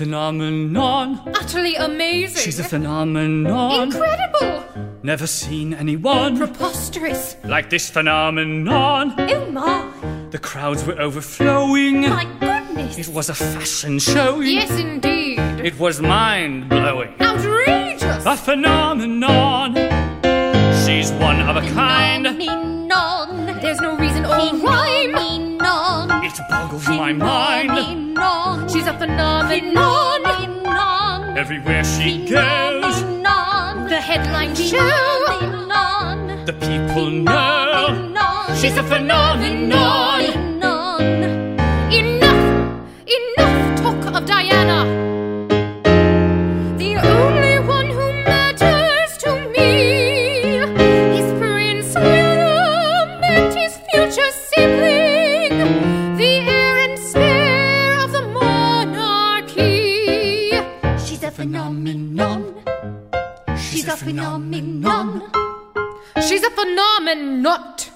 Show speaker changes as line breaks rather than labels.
phenomenon.
Utterly amazing.
She's a phenomenon.
Incredible.
Never seen anyone
Preposterous.
like this phenomenon.
Oh my.
The crowds were overflowing.
My goodness.
It was a fashion show.
Yes, indeed.
It was mind blowing.
Outrageous.
A phenomenon. She's one of a kind.
Phenomenon. There's no reason or rhyme. Phenomenon.
It boggles my mind.
Phenomenon. She's a phenomenon.
Everywhere she goes,
Phenomenon. The headline show.
the people know. She's a phenomenon.
Phenomenon. Enough! Enough talk of Diana! The only one who matters to me is Prince William and his future sibling, the heir and spare of the monarchy. She's a phenomenon. She's a phenomenon. She's a phenomenon.